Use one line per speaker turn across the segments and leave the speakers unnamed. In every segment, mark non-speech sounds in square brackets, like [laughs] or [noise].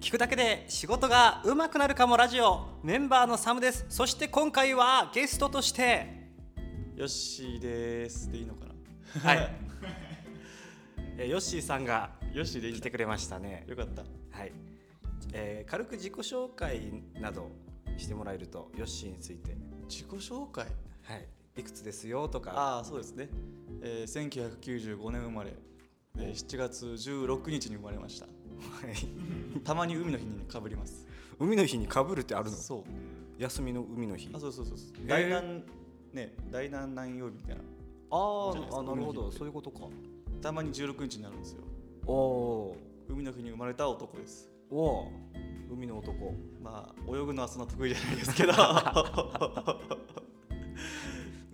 聞くだけで仕事が上手くなるかもラジオメンバーのサムですそして今回はゲストとして
ヨッシーですでいいのかな
はい [laughs] えヨッシーさんが
ヨッシーでいい
来
ん
て
だ
くれましたね
よかった
はい、えー軽く自己紹介などしてもらえるとヨッシーについて
自己紹介
はいいくつですよとか
ああそうですね、えー、1995年生まれ、えー、7月16日に生まれましたたまに海の日にかぶります
海の日にかぶるってあるの
そう
休みの海の日
あそうそうそうそう
ー
大南、ね大南南曜日みたいな
あー
じゃないで
あ
すか
なるほ
海の日
ど
って
そういうことか
たまに16日になるんですよ
おお
海の日に生まれた男です
ーおー海の男
まあ泳ぐのはそんな得意じゃない [laughs] ですけど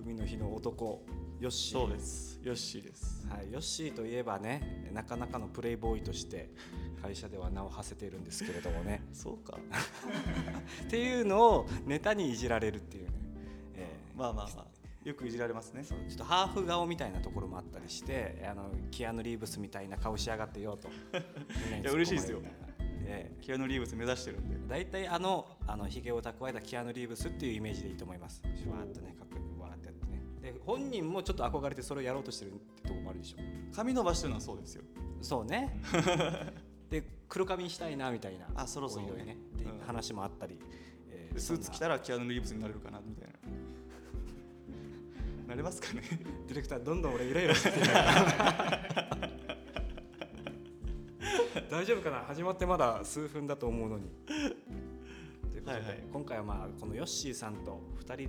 海の日の男ヨッシー
そうですヨッシーです
はい、ヨッシーといえばねなかなかのプレイボーイとして会社では名を馳せているんですけれども
[laughs]
ね
そうか
っていうのをネタにいじられるっていうね、えー
まあまあまあよくいじられますね
そうちょっとハーフ顔みたいなところもあったりしてあのキアヌ・リーブスみたいな顔しやがってよと
[laughs] いや嬉しいですよ
え
キアヌ・リーブス目指してるんで
え大体あのあのひげを蓄えたキアヌ・リーブスっていうイメージでいいと思いますシュワーっとねかっこよく笑ってやってねで本人もちょっと憧れてそれをやろうとしてるってとこもあるでしょ
髪伸ばしてるのはそうですよ
そうね。で黒髪にしたいなみたいな
あそろそろね
おいおいねっていう
うん
話もあったり、え
でスーツ着た
ら
らキアヌ・リーブスになれるかなみ [laughs] たいななれますかね
ディレクターどんどん俺イライラ
[laughs]
してきてる大丈夫かな始まってまだ数分だと思うのに。ということで、
はいはい
今回はまあこのヨッシーさんと2人で、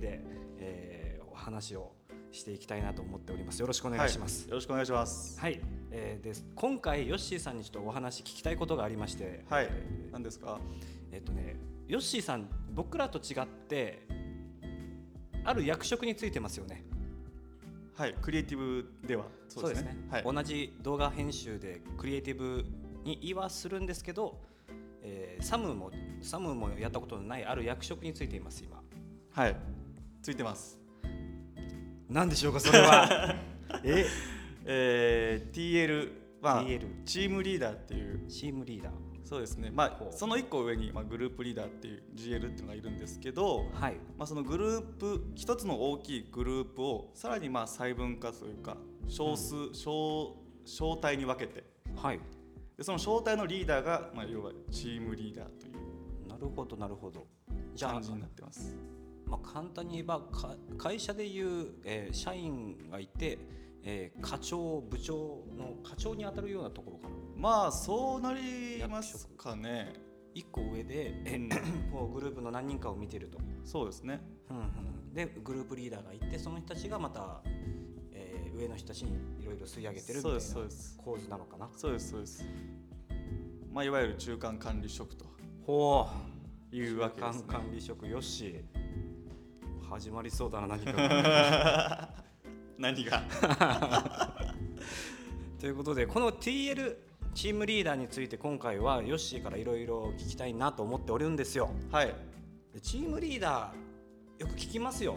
えーお話をしていきたいなと思っております。よろしくお
お
願いします。
よろしくお願いします
はい、えーで今回ヨッシーさんにちょっとお話聞きたいことがありまして、
はい
えー
何ですか
えっとねヨッシーさん僕らと違ってある役職についてますよね
はいクリエイティブでははい、
同じ動画編集でクリエイティブに言わするんですけど、えーサムもサムもやったことのないある役職についています今
はい、ついてます
何でしょうかそれ
[laughs]
はえ
えー、TL は
TL
チームリーダーっていう
チームリーダー
そうですねま
ほ
あ
う
その一個上に、まあ、グループリーダーっていう GL っていうのがいるんですけど、
はい
まあ、そのグループ一つの大きいグループをさらにまあ細分化というか少数、小小体に分けて
はい
でその小体のリーダーが、まあ、要はチームリーダーという
なるほどなるほどじゃあ
感じになってます
まあ、簡単に言えばか会社でいう、えー社員がいて、えー課長部長の課長に当たるようなところかな
まあそうなりますかね、
1個上で、え
うん
こうグループの何人かを見てると、
そうですね
でグループリーダーがいてその人たちがまた、えー上の人たちにいろいろ吸い上げてるみた
そう
い
で
な
すそうです
構図なのかな
そうですそうですまあいわゆる中間管理職と
ほ
いうわけですね
管理職よし始まりそうだな何か
何が
ということでこの TL チームリーダーについて今回はヨッシーからいろいろ聞きたいなと思っておるんですよ
はい
でチームリーダーよく聞きますよ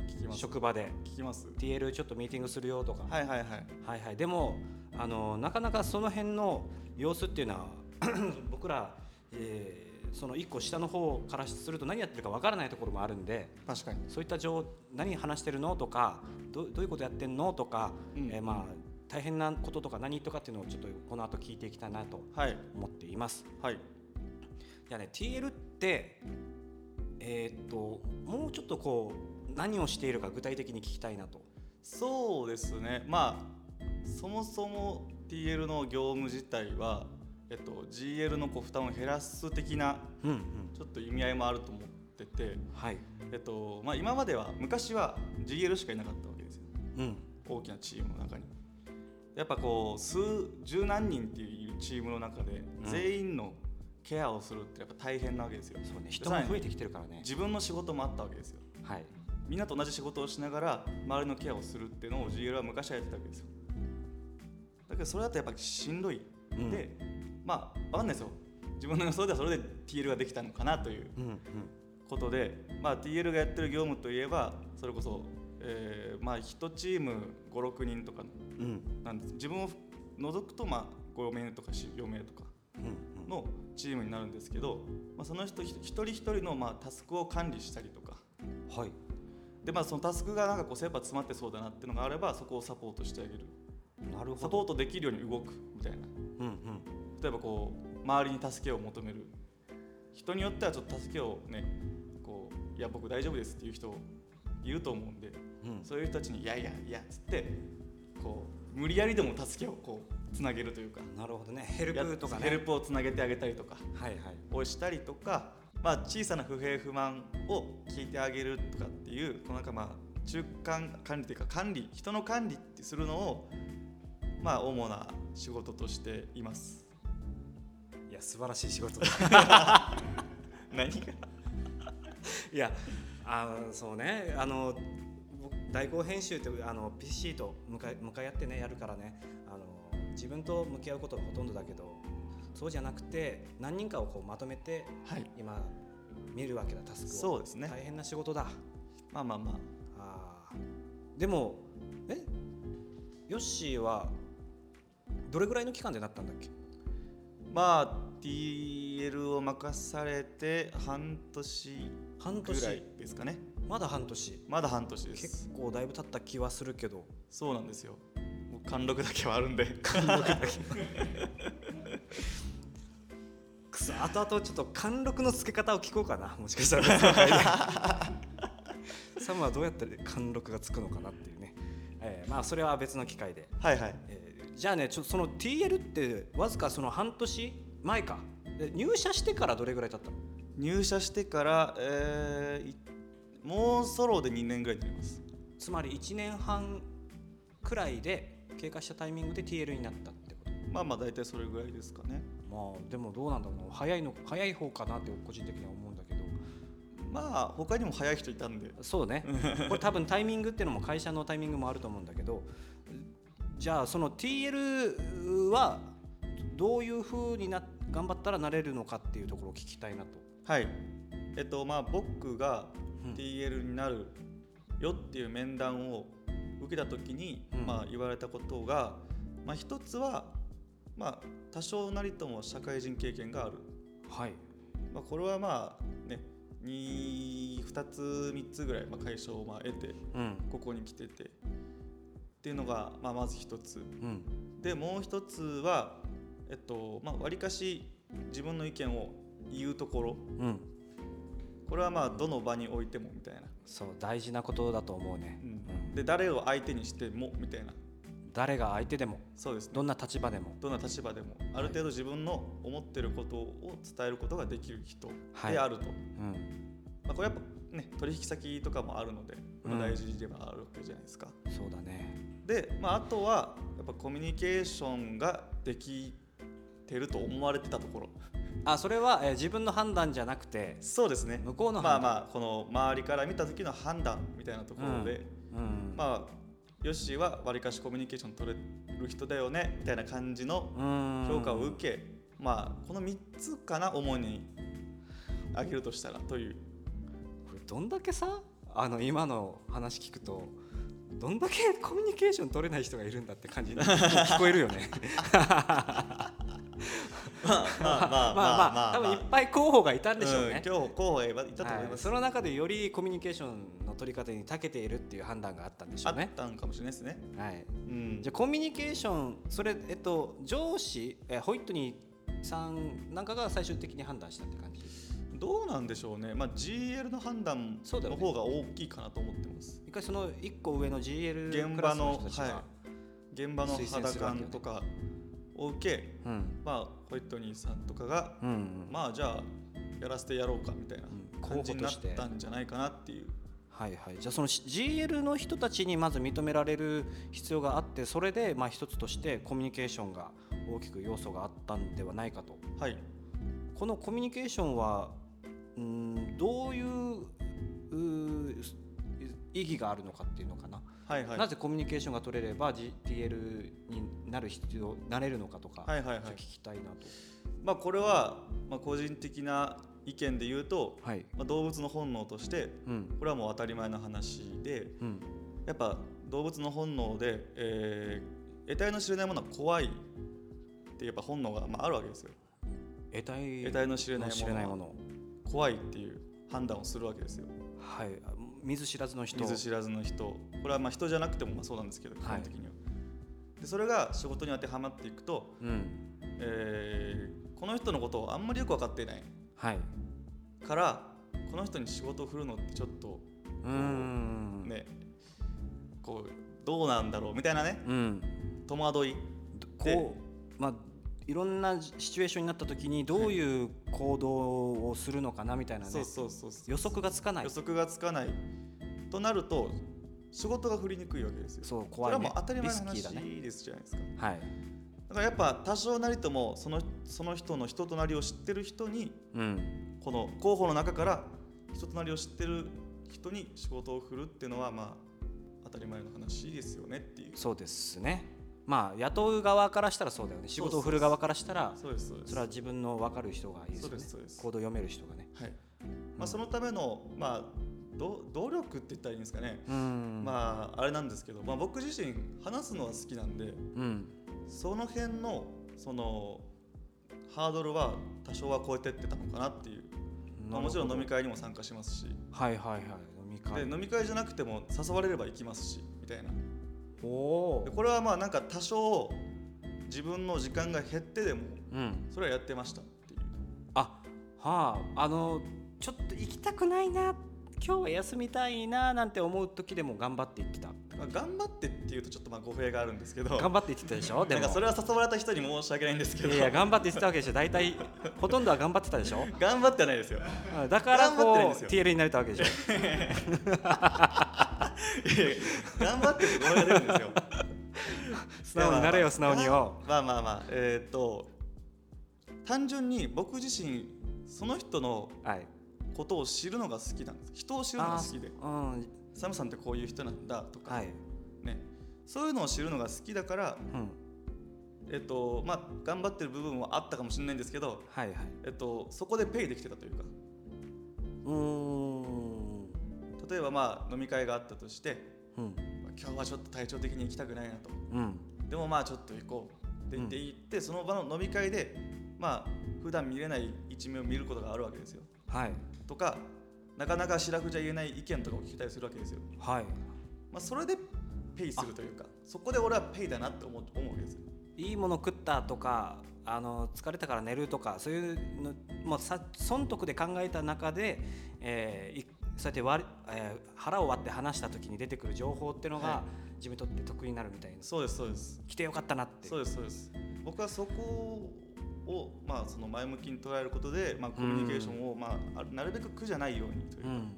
聞きます
職場で
聞きます
TL ちょっとミーティングするよとか、
はいはいはい
はいはい、でもあのなかなかその辺の様子っていうのは [clears throat] 僕ら、えーその1個下の方からすると何やってるかわからないところもあるんで
確かに
そういった情何話してるのとかどどういうことやってんのとか、
うん
えーまあ、大変なこととか何とかっていうのをちょっとこの後聞いていきたいなと
はい
思っています。
はい
いやね TL ってえーっともうちょっとこう何をしているか具体的に聞きたいなと。
そうですねまあそもそも TL の業務自体は、えっと、GL のこう負担を減らす的な
うんうん、
ちょっと意味合いもあると思ってて、
はい、
えっとまあ、今までは昔は GL しかいなかったわけですよ
うん、
大きなチームの中に。やっぱこう数十何人っていうチームの中で
ん
全員のケアをするってやっぱ大変なわけですよ。
そうね人も増えてきてるからね。
自分の仕事もあったわけですよ。
はい、
みんなと同じ仕事をしながら周りのケアをするっていうのを GL は昔はやってたわけですよだけどそれだとやっぱりしんどい、
うん
でまあ分かんないですよ自分の予想ではそれで TL ができたのかなという
うんうん、
ことで、まあ、TL がやってる業務といえばそれこそ、えーまあ1チーム56人とか
うん
なんです自分を除くとまあ5名とか4名とか
うんうん
のチームになるんですけど、まあ、その人ひ一人一人のまあタスクを管理したりとか
はい
で、まあ、そのタスクがなんかこう切羽詰まってそうだなっていうのがあればそこをサポートしてあげる
なるほ
サポ
ど
ートできるように動くみたいな
うんうん
例えばこう周りに助けを求める人によってはちょっと助けをねこういや僕大丈夫ですっていう人いると思うんで
うん
そういう人たちに「いやいやいや」っつってこう無理やりでも助けをこうつなげるというか
なるほどねヘルプとかね
ヘルプをつなげてあげたりとか
はいはい
をしたりとか、まあ、小さな不平不満を聞いてあげるとかっていうこのなんかまあ中間管理というか管理人の管理ってするのをまあ主な仕事としています。
いや素晴らしい仕事だ
何が
いやあのそうねあの僕代行編集ってあの PC と向かい向かい合ってねやるからねあの自分と向き合うことがほとんどだけどそうじゃなくて何人かをこうまとめて
はい
今見るわけだタスクを
そうですね
大変な仕事だ
まあまあまあ
あーでもえヨッシーはどれぐらいの期間でなったんだっけ
まあ DL を任されて半年
半
ぐらい
年
ですかね
まだ半年
まだ半年です
結構だいぶ経った気はするけど
そうなんですよ。もう貫禄だけはあるんで。
くそ後々ちょっと貫禄のつけ方を聞こうかなもしかしたらサムはどうやったら貫禄がつくのかなっていうね、えーまあそれは別の機会で、
はいはい。
えーじゃあねちょその TL ってわずかその半年前かで入社してからどれぐらい経ったの
入社してから、えーいもうソロで2年ぐらいになります。
つまり1年半くらいで経過したタイミングで TL になったってこと
まあまあ大体それぐらいですかね。
まあでもどうなんだろう早いの早い方かなって個人的には思うんだけど
まあ他にも早い人いたんで。
そう
[laughs]
ねこれ多分タイミングっていうのも会社のタイミングもあると思うんだけどじゃあその TL はどういうふうにな頑張ったらなれるのかっていうところを聞きたいなと、
はい。えっとまあ僕が
うん
TL になるよっていう面談を受けた時に、
うん
まあ言われたことが、まあ一つはまあ多少なりとも社会人経験がある。
はい
まあ、これはまあね 2, 2つ3つぐらいまあ解消をまあ得て
うん
ここに来ててっていうのがまあまず一つ
うん
でもう一つはえっとまあ割かし自分の意見を言うところ
うん
これはまあどの場においてもみたいな、
そう大事なことだと思うね、
う
うん
ん、で誰を相手にしてもみたいな
誰が相手でも
そうですね
どんな立場でも
どんな立場でもある程度自分の思ってることを伝えることができる人
はい
であると、
うん
まあ、これやっぱね取引先とかもあるのでこれ
うん
大事ではあるわけじゃないですか、
そうだね
で、まあ、あとはやっぱコミュニケーションができてると思われてたところ
あそれは、えー自分の判断じゃなくて
そうですね
向こうの
まあ
判断
まあこの周りから見た時の判断みたいなところで、
うん
まあヨッシーはわりかしコミュニケーション取れる人だよねみたいな感じの
うん
評価を受け、まあこの3つかな主に挙げるとしたらと
[laughs]
いう
これどんだけさあの今の話聞くとどんだけコミュニケーション取れない人がいるんだって感じに [laughs] 聞こえるよね
まあ [laughs] まあ
まあまあ多分いっぱい候補がいたんでしょう
うん
ね、
今日候補がいたと思い
はい
ます、
その中でよりコミュニケーションの取り方に長けているっていう判断があったんでしょう
あっ
ね
たのかもしれないですね、
はい、
うん、
じゃあコミュニケーションそれえっと上司えホイットニーさんなんかが最終的に判断したって感じ
どうなんでしょうね、まあ、GL の判断
そうだよ
の
ね
方が大きいかなと思ってます。
一回その一個上の GL
現
クラ
場
スの
の
人たちが、
はい現場の
推薦
肌
するわけ
感
よね
とかを受け、
うん
まあ、ホイットニーさんとかが、
うんうん
まあじゃあやらせてやろうかみたいな
うん
感じになっ
候補として
たんじゃないかなっていう、
はいはい、じゃあその GL の人たちにまず認められる必要があってそれでまあ一つとしてコミュニケーションが大きく要素があったんではないかと
はい、
このコミュニケーションはうんどういううーす意義があるのかっていうのかな、
はいはい
なぜコミュニケーションが取れれば GTL になる必要なれるのかとか、
はいはいはい
ちょっと聞きたいなと。
まあ、これは、まあ、個人的な意見で言うと、
はい、
まあ、動物の本能として
うん
これはもう当たり前の話で
うん
やっぱ動物の本能で、えー得体の知れないものは怖いってやっぱ本能が、まあ、あるわけですよ
得体
得体の知れない
知れないも
もの
の
怖いっていう判断をするわけですよ
はい見ず知らずの人
見ず知らずの人これはまあ人じゃなくてもまあそうなんですけど基
はい
本的には、でそれが仕事に当てはまっていくと、
うん
えーこの人のことをあんまりよく分かっていない
はい
からこの人に仕事を振るのってちょっと
うーん
ね、こうどうなんだろうみたいなね
うん
戸惑い
こうまあいろんなシチュエーションになった時にどういう行動をするのかなみたいな
そ
ね
うそうそうそう
予測がつかない
予測がつかないとなると仕事が振りにくいわけですよ
そう怖い
それ
ね
はもう当たり
リ
前
ス
の
キーだね
話ですじゃないですか
はい
だからやっぱ多少なりともそのその人の人となりを知ってる人に
うん
この候補の中から人となりを知ってる人に仕事を振るっていうのはまあ当たり前の話ですよねっていう
そうですねまあ雇う側からしたらそうだよね仕事を振る側からしたら
そうですそうです
それは自分の分かる人がいいですよね
そうですそうです
行動読める人がね
はいまあ、そのための、まあ、ど努力って言ったらいいんですかね、
うんあ
まああれなんですけど、まあ、僕自身話すのは好きなんで
うん
その辺のそのハードルは多少は超えてってたのかなっていう、まあ、もちろん飲み
会
会にも参加しますし、
はいはいはい飲み会
で飲み会じゃなくても誘われれば行きますしみたいな
お
で
お
これはまあなんか多少自分の時間が減ってでも
うん
それはやってましたっていう
あはああのちょっと行きたくないな今日は休みたいななんて思う時でも頑張って行ってた
まあ頑張ってっていうとちょっとまあ語弊があるんですけど
頑張って行ってたでしょで
なん
も
かそれは誘われた人に申し訳ないんですけ
い
ど
やいや頑張って行ってたわけでしょ大
[laughs]
体ほとんどは頑張ってたでしょ
頑張ってはないですよ。
うんだから
頑張ってないん
こ
です
う
よ
TL になれたわけでしょ
頑張ってると声が出るんですよ。
素直になれよ素直によ
まあまあまあ、えーっと、単純に僕自身、その人の
はい
ことを知るのが好きなんです。人を知るのが好きで、
うん
サムさんってこういう人なんだとか、
はい
ね、そういうのを知るのが好きだから、
うん
えーっと、まあ、頑張ってる部分はあったかもしれないんですけど、
はいはい
えーっと、そこでペイできてたというか、
うーん
例えばまあ飲み会があったとして、
うん
今日はちょっと体調的に行きたくないなと。
うん
でもまあちょっと行こうって言って行って、その場の飲み会でまあ普段見れない一面を見ることがあるわけですよ
はい
とかなかなか白くじゃ言えない意見とかを聞きたりするわけですよ、
はい
まあ、それでペイするというかそこで俺はペイだなって思う思うわけですよ
いいもの食ったとかあの疲れたから寝るとかそういうのもうさ損得で考えた中で、えーいそうやって割り、えー腹を割って話した時に出てくる情報っていうのが、
は
自分にとって得になるみたいな
そうですそうです
来てよかったなって
そうですそうです僕はそこをまあその前向きに捉えることで、まあ、コミュニケーションを、まあ、あなるべく苦じゃないようにという
う
か、
ん、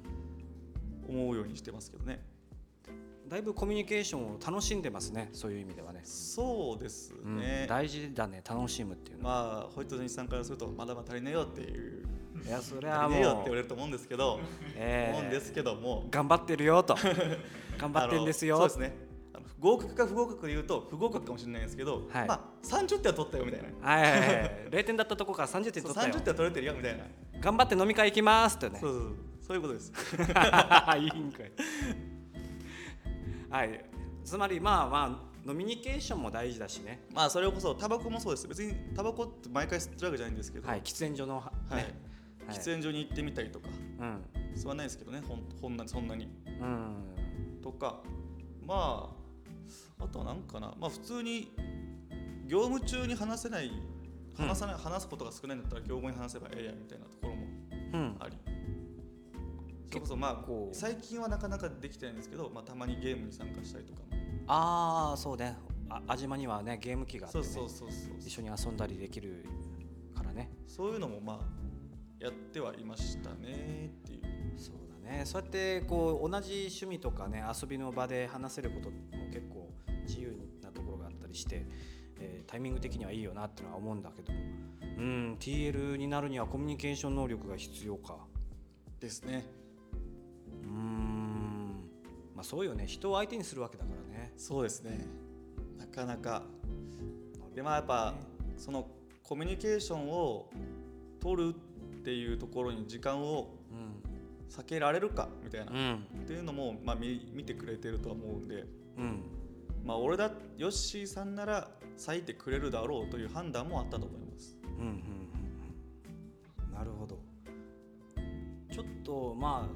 思うようにしてますけどね
だいぶコミュニケーションを楽しんでますねそういう意味ではね
そうです
うん
ね、
大事だね楽しむっていうのは、
まあホイットニーさんからするとまだまだ足りないよっていう
いやそれは
足りないよって
も
言わ
う、
れると思うんですけど、
えー
思うんですけども
頑張ってるよと頑張ってんですよ
あのそうですねあの合格か不合格で言うと不合格かもしれないですけど、
はい
まあ30点は取ったよみたいな
はいはいはい0点だ [laughs] ったとこから30点取
そう
ったよ
30点は取れてるよみたいな、
頑張って飲み会行きますってね [laughs]
そうそうそうそういうことです
いいんかい。はい。つまりまあまあ飲みニケーションも大事だしね。
まあそれこそタバコもそうです別にタバコって毎回吸ってるわけじゃないんですけど、
はい。喫煙所のは
はい
ね。はい
喫煙所に行ってみたりとか
うん
吸わないですけどねほんほんなそんなに
うん
とかまああとは何かなまあ普通に業務中に話せない話さない、話すことが少ないんだったら業務に話せばええやみたいなところも
うん。
ありそれこそまあ
こう
最近はなかなかできてないんですけど、まあ、たまにゲームに参加したりとかも、
ああそうね。あ安島にはねゲーム機があって
そう
ね。
そうそうそう
一緒に遊んだりできるからね。
そういうのもまあやってはいましたねっていう
そうだね。そうやってこう同じ趣味とかね遊びの場で話せることも結構自由なところがあったりして。えータイミング的にはいいよなってのは思うんだけどうん TL になるにはコミュニケーション能力が必要か
ですね
うーんまあそうよね人を相手にするわけだからね
そうですねなかなかでまあやっぱそのコミュニケーションを取るっていうところに時間を
うん
避けられるかみたいな、
う
っ
ん
ていうのも、まあ、見見てくれてるとは思うんで、
うん
まあ、俺だヨッシーさんなら割いてくれるだろうという判断もあったと思います
うんうんうんなるほどちょっとまあ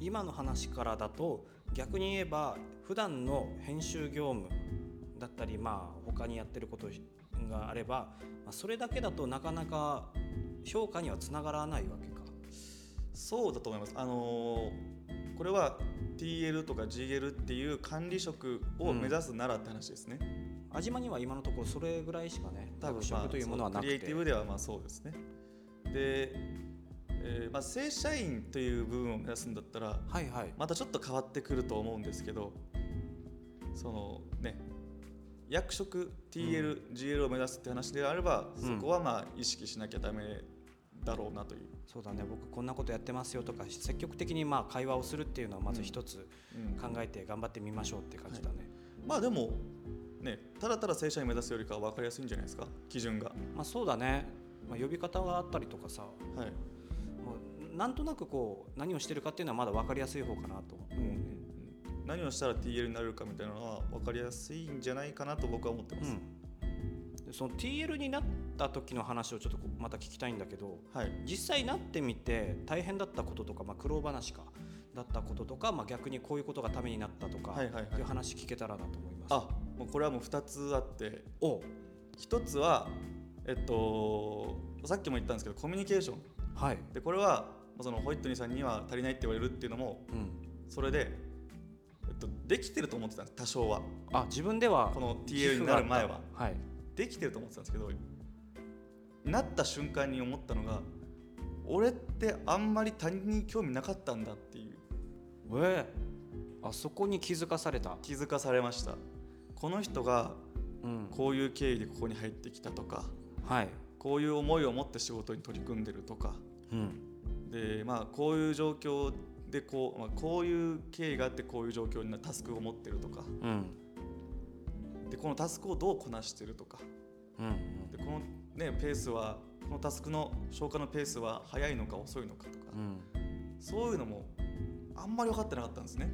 今の話からだと逆に言えば普段の編集業務だったりまあ他にやってることがあればまあそれだけだとなかなか評価にはつながらないわけか。
そうだと思います。あのーこれは TL とか GL っていう管理職を目指すならって話ですね。
味まには今のところそれぐらいしかね
多
学
分まあ
食というものはなく
クリエイ
て
ティブではまあそうですね。で、えーまあ、正社員という部分を目指すんだったら
はいはい
またちょっと変わってくると思うんですけどそのね役職 TL、GL を目指すって話であれば、
うん
そこはまあ意識しなきゃダメだろうなという、
そうだね僕こんなことやってますよとか積極的にまあ会話をするっていうのはまず一つ
うん
考えて頑張ってみましょうって感じだね、
まあでもねただただ正社員目指すよりかは分かりやすいんじゃないですか基準が
まあ、そうだね、まあ、呼び方があったりとかさも
はい、
うなんとなくこう何をしてるかっていうのはまだ分かりやすい方かなと思うね、
うん何をしたら TL になれるかみたいなのは分かりやすいんじゃないかなと僕は思ってま
う
す、
んでその TL になった時の話をちょっとこうまた聞きたいんだけど
はい
実際なってみて大変だったこととか、まあ、苦労話かだったこととか、まあ、逆にこういうことがためになったとか、
はいはいはい
いう話聞けたらなと思います。
あもうこれはもう2つあって
お
1つはえっとさっきも言ったんですけどコミュニケーション
はい、
でこれはそのホイットニーさんには足りないって言われるっていうのも
うん、
それで、えっと、できてると思ってたんです多少は
あ自分では
この TL になる前は
はい、
できてると思ってたんですけどなった瞬間に思ったのが俺ってあんまり他人に興味なかったんだっていう
えー、あそこに気づかされた、
気づかされましたこの人が
うん
こういう経緯でここに入ってきたとか
はい
こういう思いを持って仕事に取り組んでるとか
うん、
でまあこういう状況でこう、まあ、こういう経緯があってこういう状況になタスクを持ってるとか
うん
でこのタスクをどうこなしてるとか
うんうん
でこの、ね、ペースはこのタスクの消化のペースは早いのか遅いのかとか
うん
そういうのもあんまり分かってなかったんですね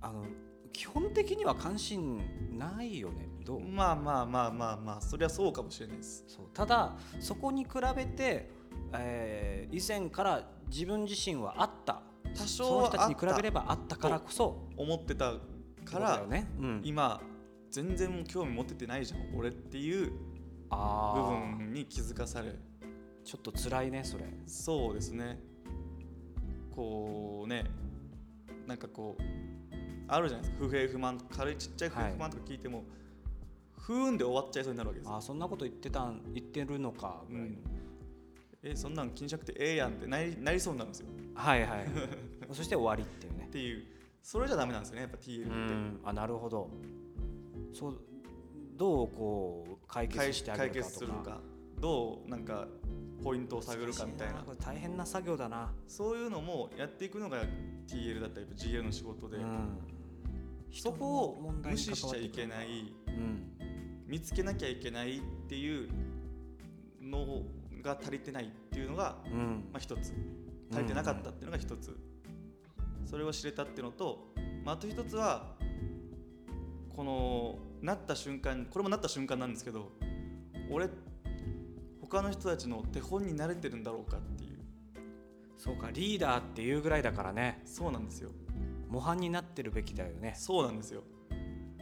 あの基本的には関心ないよねどう、
まあまあまあまあまあそりゃそうかもしれないです
そうただそこに比べて、えー以前から自分自身はあった
多
そ
少
の
は
人たち
あ
に比べ
っ
ればあったからこそ
た思ってたか
って
ら、
ことだよね、うん、
今全然興味持ててないじゃん俺っていう部
あー
分に気づかされ
ちょっと辛いねそれ
そうですねこうねなんかこうあるじゃないですか不平不満軽いちっちゃい不平不満とか聞いても、不運で終わっちゃいそうになるわけですよ
あーそんなこと言ってたん言ってるのかぐらいの、
えそんなん気にしなくてええやんってなりなりそうになるんですよ
はいはい [laughs] そして終わりっていうね
っていうそれじゃダメなんですよねやっぱ TL って、
うんあなるほどそうどうこう解決
解
してあげ
解
るか
決
と
する
か
のかどうなんかポイントを探るかみたい
難し
な
これ大変な作業だな、
そういうのもやっていくのが TL だったり GL の仕事で、
うん、
そ
人
こ
の
を
問題に
無視し
関わ
ち
っ
ゃ
て
い
くる
けない
うん、
見つけなきゃいけないっていうのが足りてないっていうのが、
うん
まあ、一つ足りてなかったっていうのが一つ、それを知れたっていうのと、まあ、あと一つはこのなった瞬間これもなった瞬間なんですけど俺他の人たちの手本に慣れてるんだろうかっていう
そうかリーダーっていうぐらいだからね
そうなんですよ
模範になってるべきだよね
そうなんですよ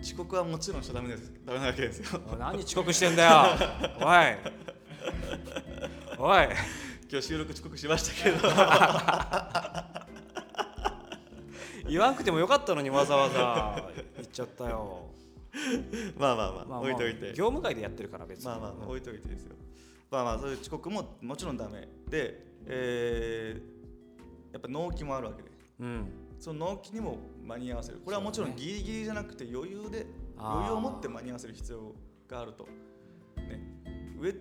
遅刻はもちろんしちゃダメですダメなわけですよ
おい何遅刻してんだよ
[laughs]
おいおい
今日収録遅刻しましたけ [laughs] ど
言わんくてもよかったのにわざわざ言っちゃったよ、
まあまあまあ、置いといて
業務外でやってるから別に
まあまあまあ、
うん
置いといてですよまあまあそういう遅刻ももちろんダメで、えーやっぱ納期もあるわけで
うん
その納期にも間に合わせるこれはもちろんギリギリじゃなくて余裕で
あー
余裕を持って間に合わせる必要があると、ね、上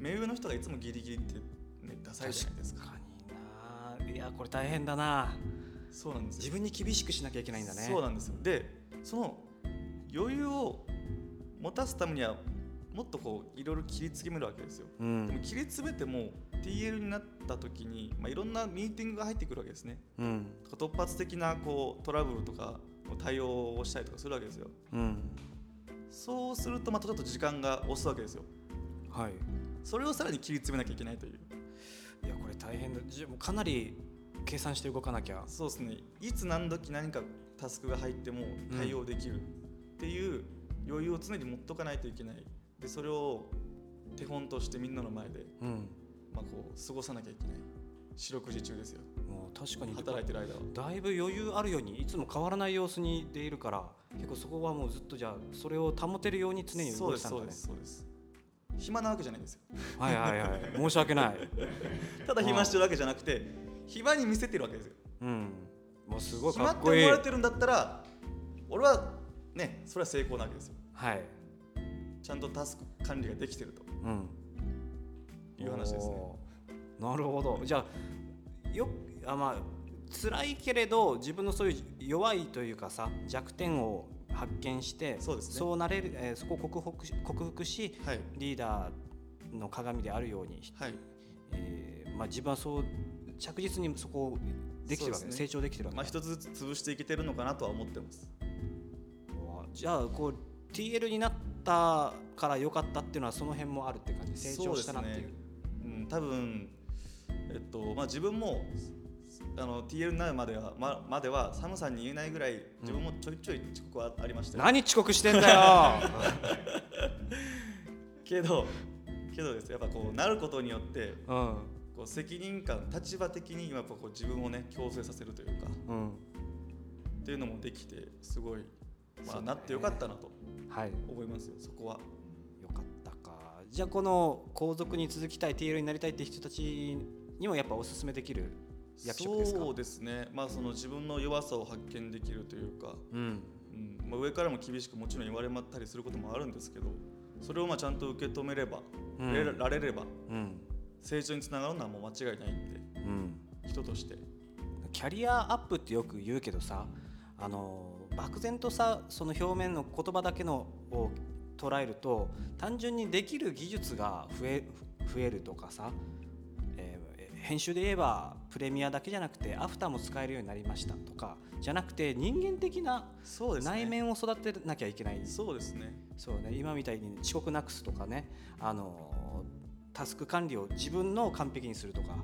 目上の人がいつもギリギリって、ね、ダサいじゃないですか
確かにないやこれ大変だな
そうなんですよ
自分に厳しくしなきゃいけないんだね
そうなんですよでその余裕を持たすためにはもっとこういろいろ切り詰めるわけですよ
う
でも
ん
切り詰めても TL になった時に、まあ、いろんなミーティングが入ってくるわけですね
うん
突発的なこうトラブルとかの対応をしたりとかするわけですよ
うん
そうするとまたちょっと時間が押すわけですよ
はい
それをさらに切り詰めなきゃいけないという
いやこれ大変だじゃあもうかなり計算して動かなきゃ
そうですねいつ何時何かタスクが入っても対応できるっていう余裕を常に持っとかないといけないでそれを手本としてみんなの前で、
うん
まあ、こう過ごさなきゃいけない四六時中ですよ
もう確かに
働いてる間は
だいぶ余裕あるようにいつも変わらない様子にでいるから結構そこはもうずっとじゃあそれを保てるように常に
そう
動い
で
てた
す
んだ
そうで
ね
すそうです暇なわけじゃないんですよ [laughs]
はいはいはい申し訳ない
ただ暇してるわけじゃなくて暇に見せてるわけですよ
うんもうすごい
暇
か
っ
ってこい
思
い
われてるんだったら俺はねそれは成功なわけですよ
はい
ちゃんとタスク管理ができてると
うん
いう話ですね
おーなるほどじゃあよあまあ辛いけれど自分のそういう弱いというかさ弱点を発見して
そうですね
そうなれる、えーそこを克服し克服し
はい
リーダーの鏡であるように、
はい
えーまあ、自分はそう着実にそこをできてるわ
そ
け、ね、
うですね
成長できてるわけ、
まあ一つずつ潰していけてるのかなとは思ってます
おーじゃあこう TL になったから良かったっていうのはその辺もあるって感じ成長したなっていう
そうですねうん多分えっとまあ自分もあの TL になるまではままではサムさんに言えないぐらい自分もちょいちょい遅刻はありましたよ
何遅刻してんだよ
[laughs] けどけどですねやっぱこうなることによって
うん
こう責任感立場的にやっぱこう自分をね強制させるというか
うん
っていうのもできてすごい、
そう
ま
だ
あ、
ね
なってよかったなと
はい、よ
思いますよそこは
かったか。じゃあこの皇族に続きたい TL になりたいって人たちにもやっぱおすすめできる役職ですか
そうですねまあその自分の弱さを発見できるというか、
うん、
うんまあ、上からも厳しくもちろん言われまったりすることもあるんですけどそれをまあちゃんと受け止めれば、
うん
触れられれば
うん
成長につながるのはもう間違いないんで
うん、
人として
キャリアアップってよく言うけどさあの漠然とさその表面の言葉だけのを捉えると単純にできる技術が増え増えるとかさ、えー編集で言えばプレミアだけじゃなくてアフターも使えるようになりましたとかじゃなくて人間的な
そうですね
内面を育てなきゃいけない
そうですね
そうね今みたいに遅刻なくすとかねあのタスク管理を自分のを完璧にするとか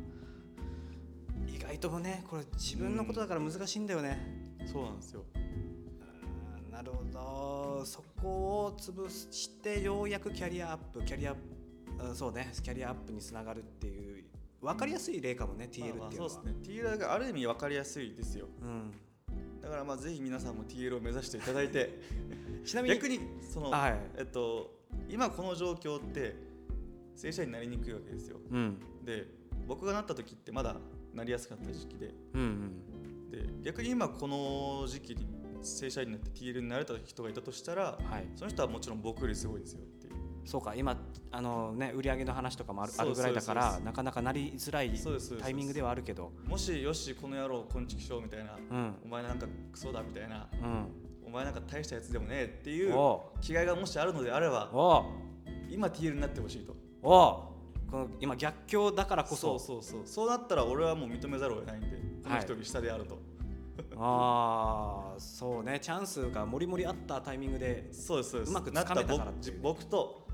意外ともねこれ自分のことだから難しいんだよね、
そうなんですよ
あーなるほどそこを潰してようやくキャリアアップキャリアうんそうねキャリアアップにつながるっていう分かりやすい例かもね TL っていうの
ま
は、
あまあそうですね TL がある意味分かりやすいですよ
うん
だからまあぜひ皆さんも TL を目指していただいて
ちなみに
逆にその、
はい
えっと、今この状況って正社員になりにくいわけですよ
うん
で僕がなった時ってまだなりやすかった時期で
うんうん
で逆に今この時期に正社員になって TL になれた人がいたとした
は
ら
い
その人はもちろん僕よりすごいですよっていう
そうか今あの、ね、売り上げの話とかもあるあ
そう
るぐらいだから
そうです
なかなかなりづらい
そうですそうです
タイミングではあるけど
もしよしこの野郎こんちきしょうみたい
う
な、
ん
お前なんかクソだみたいな
うん
お前なんか大したやつでもねえっていう
お
気概がもしあるのであれば
お
今 TL になってほしいと
うおうこの今逆境だからこ
そ
そう
そうそうそうなったら俺はもう認めざるを得ないんでこの人より下であると、
ああそうねチャンスがもりもりあったタイミングで
そうですそうです
うまく
な
つ
った
かめたから
僕
っていう
じ僕と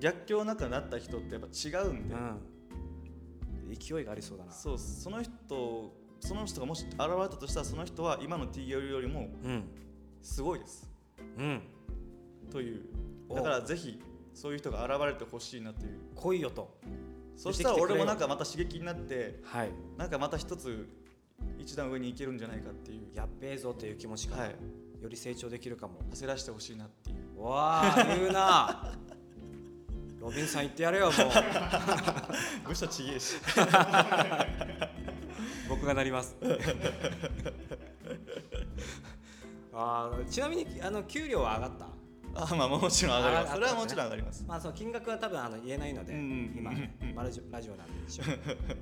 逆境の中になった人ってやっぱ違うん
う
で、
ん勢いがありそうだな
そうその人その人がもし現れたとしたらその人は今の TL よりも
うん
すごいです
うん
という
お
だからぜひそういう人が現れてほしいなという
来いよと
そしたら
出てきてくれ
俺
よ
もなんかまた刺激になって
はい
なんかまた一つ一段上に行けるんじゃないかっていう
やっべえぞという気持ちが、
はい
より成長できるかも
焦らしてほしいなっていう
わあ言う
[laughs]
なロビンさん言ってやれよもう
むしろちげえし
僕がなります
[laughs]
あーちなみにあの給料は上がった
あまあもちろん上がりま
上
す
が
それはもちろん上がります
まあその金額は多分あの言えないので、
うんうん
今ね、まあラジオラジオなんで
[laughs]
一応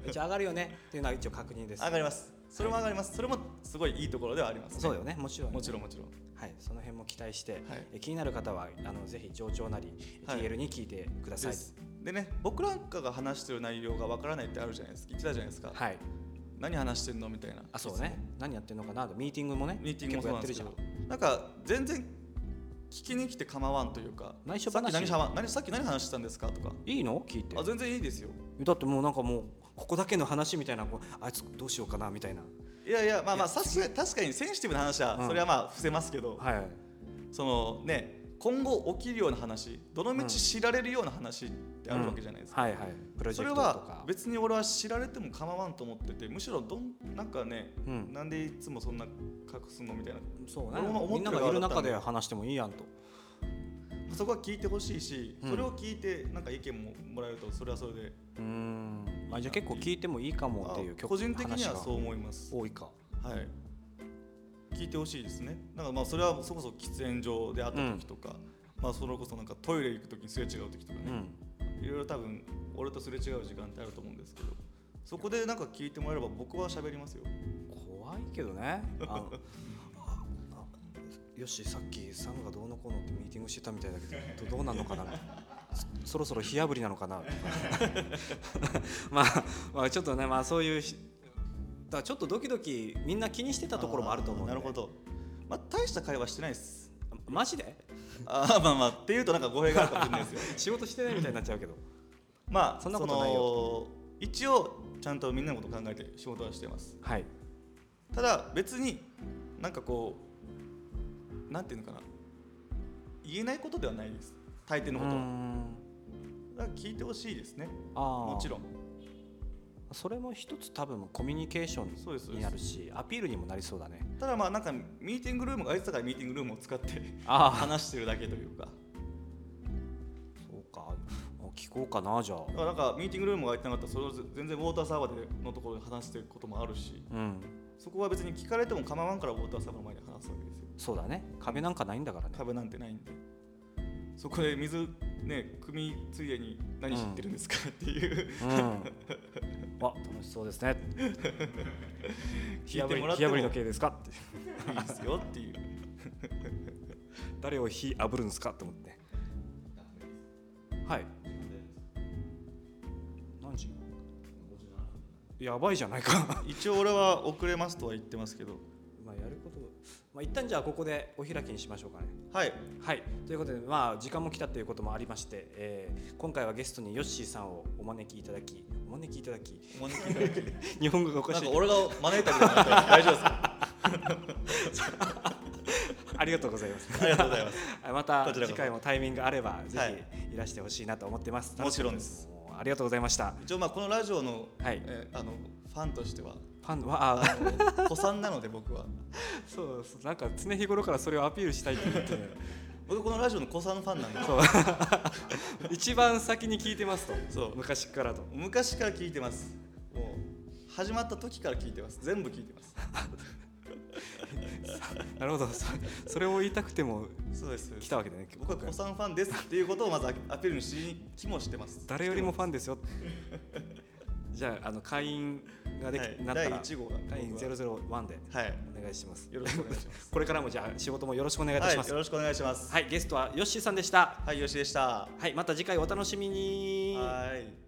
一応上がるよねっていうのは一応確認です
上がりますそれも上がりますそれもすごいいいところではあります、
そうよねもちろんね
もちろんもちろん
はいその辺も期待して、
はい
え気になる方はあのぜひ上長なり
はい
TL に聞いてくださ
で
い
すでね僕なんかが話してる内容がわからないってあるじゃないですか言ってたじゃないですか、
はい、
何話してんのみたいな
あそうね何やってんのかなミーティングもね
ミーティング
結構や
もそうなん
って
で
る
す
じ
け
ゃん
どなんか全然聞きに来て構わんというか
内緒
さっき
話
何しゃわ何さっき何話したんですかとか
いいの聞いて
あ全然いいですよ
だってもうなんかもうここだけの話みたいなこうあいつどうしようかなみたいない
やいやまあまあ
いや
さすが確かにセンシティブな話は、
うん
それはまあ伏せますけど、
はい
そのね今後起きるような話どの
う
道
ん
知られるような話ってあるわけじゃないですか、
はいはいプロジ
そ
ェ
れ
クトと
は
か
別に俺は知られても構わんと思っててむしろどんなんかね、
うん
なんでいつもそんな隠すのみたいな
そうね
俺も
み
思っ
んな
てる側
がいる
だった
中
んで
で話してもいいやんと
そこは聞いてほしいし、
うん
それを聞いてなんか意見ももらえるとそれはそれで
うーんあじゃあ結構聞いてもいいかもっていう
あ
曲
個人的にはそう
話
思います
が多いか
はい聞いてほしいですねなんかまあそれはそこそこ喫煙所で会った時とか、まあそれこそなんかトイレ行く時にすれ違う時とかね、
うん
いろいろ多分俺とすれ違う時間ってあると思うんですけどそこでなんか聞いてもらえれば僕は喋りますよ
怖いけどねあのああよしさっきサムがどうのこうのってミーティングしてたみたいだけどどどうなんのかなそそろそろ火あぶりなのかな [laughs] とかまあ、まあ、ちょっとねまあそういうひだからちょっとドキドキみんな気にしてたところもあると思うんで
なるほどまあ大した会話してないです
マジで
あーまあまあっていうとなんか語弊があるかもしれな
[laughs]
いですよ
仕事してないみたいになっちゃうけど
まあ
そんなことないよ
その一応ちゃんとみんなのこと考えて仕事はしてます
はい
ただ別になんかこうなんていうのかな言えないことではないです大抵のこ
う
と
ー
は
ん
だから聞いてほしいですね
あ
も
も
ちろ
ん
ん
それも一つ多分コミュニケーショ
そうですそう
ンに
です
なるしアピールにもなりそうだね
ただまあなんかミーティングルームが空いてたからミーティングルームを使って
あ
話してるだけというか
そうかあ聞こうかなじゃあ
だからなんかミーティングルームが空いてなかったらそれを全然ウォーターサーバーでのところで話してることもあるし
うん
そこは別に聞かれても構わんからウォーターサーバーの前で話すわけですよ
そうだね壁なんかないんだからね
壁なんてないんでそこで水ね汲みついでに何知ってるんですか、っていう
うん [laughs] あ楽しそうですね
聞いてもらっても
火炙り
い
の系ですかって
いですよっていう
誰を火炙るんですかって思ってはい何時やばいじゃないか
一応俺は遅れますとは言ってますけど
まあやることまあ一旦じゃあここでお開きにしましょうかね
はい
はいということでまあ時間も来たということもありまして、えー今回はゲストにヨッシーさんをお招きいただきお招きいただき [laughs]
お招きいただき
日本語がおかし
ないん
け
か
ど
俺が招いたみたいになったら大丈夫ですか
ありがとうございます
ありがとうございます
あまた
こちらこそ
次回もタイミングがあれば
は
ぜ
い
ひいらしてほしいなと思ってます、
もちろんです
もうありがとうございました
一応まあこのラジオの,、
はい
えーあのファンとしては
ファンはあ
あの古参なので僕は
そうそうなんか常日頃からそれをアピールしたいって言ってね
[laughs] 僕このラジオの古参ファンなんで
そう一番先に聞いてますと
そう
昔からと
昔から聞いてますもう始まった時から聞いてます全部聞いてます
なるほどそ [laughs] それを言いたくても
そうです
来たわけだね
僕は
今
古
回
参ファンですっていうことをまずアピールにしに来もしてます
誰よりもファンです
[laughs]
よじゃああの会員ができ、
はい
なったら
第一号が僕は
会員001で
はい
お願いします
よろしくお願いしま
これからもじゃあ仕事もよろしくお願いいた
は
し
い
ま
よ
す
ろしくお願いします
はい、ゲストはヨッシーさんでした。
はいよしでしたは
はい、また次回お楽しみに。
ーい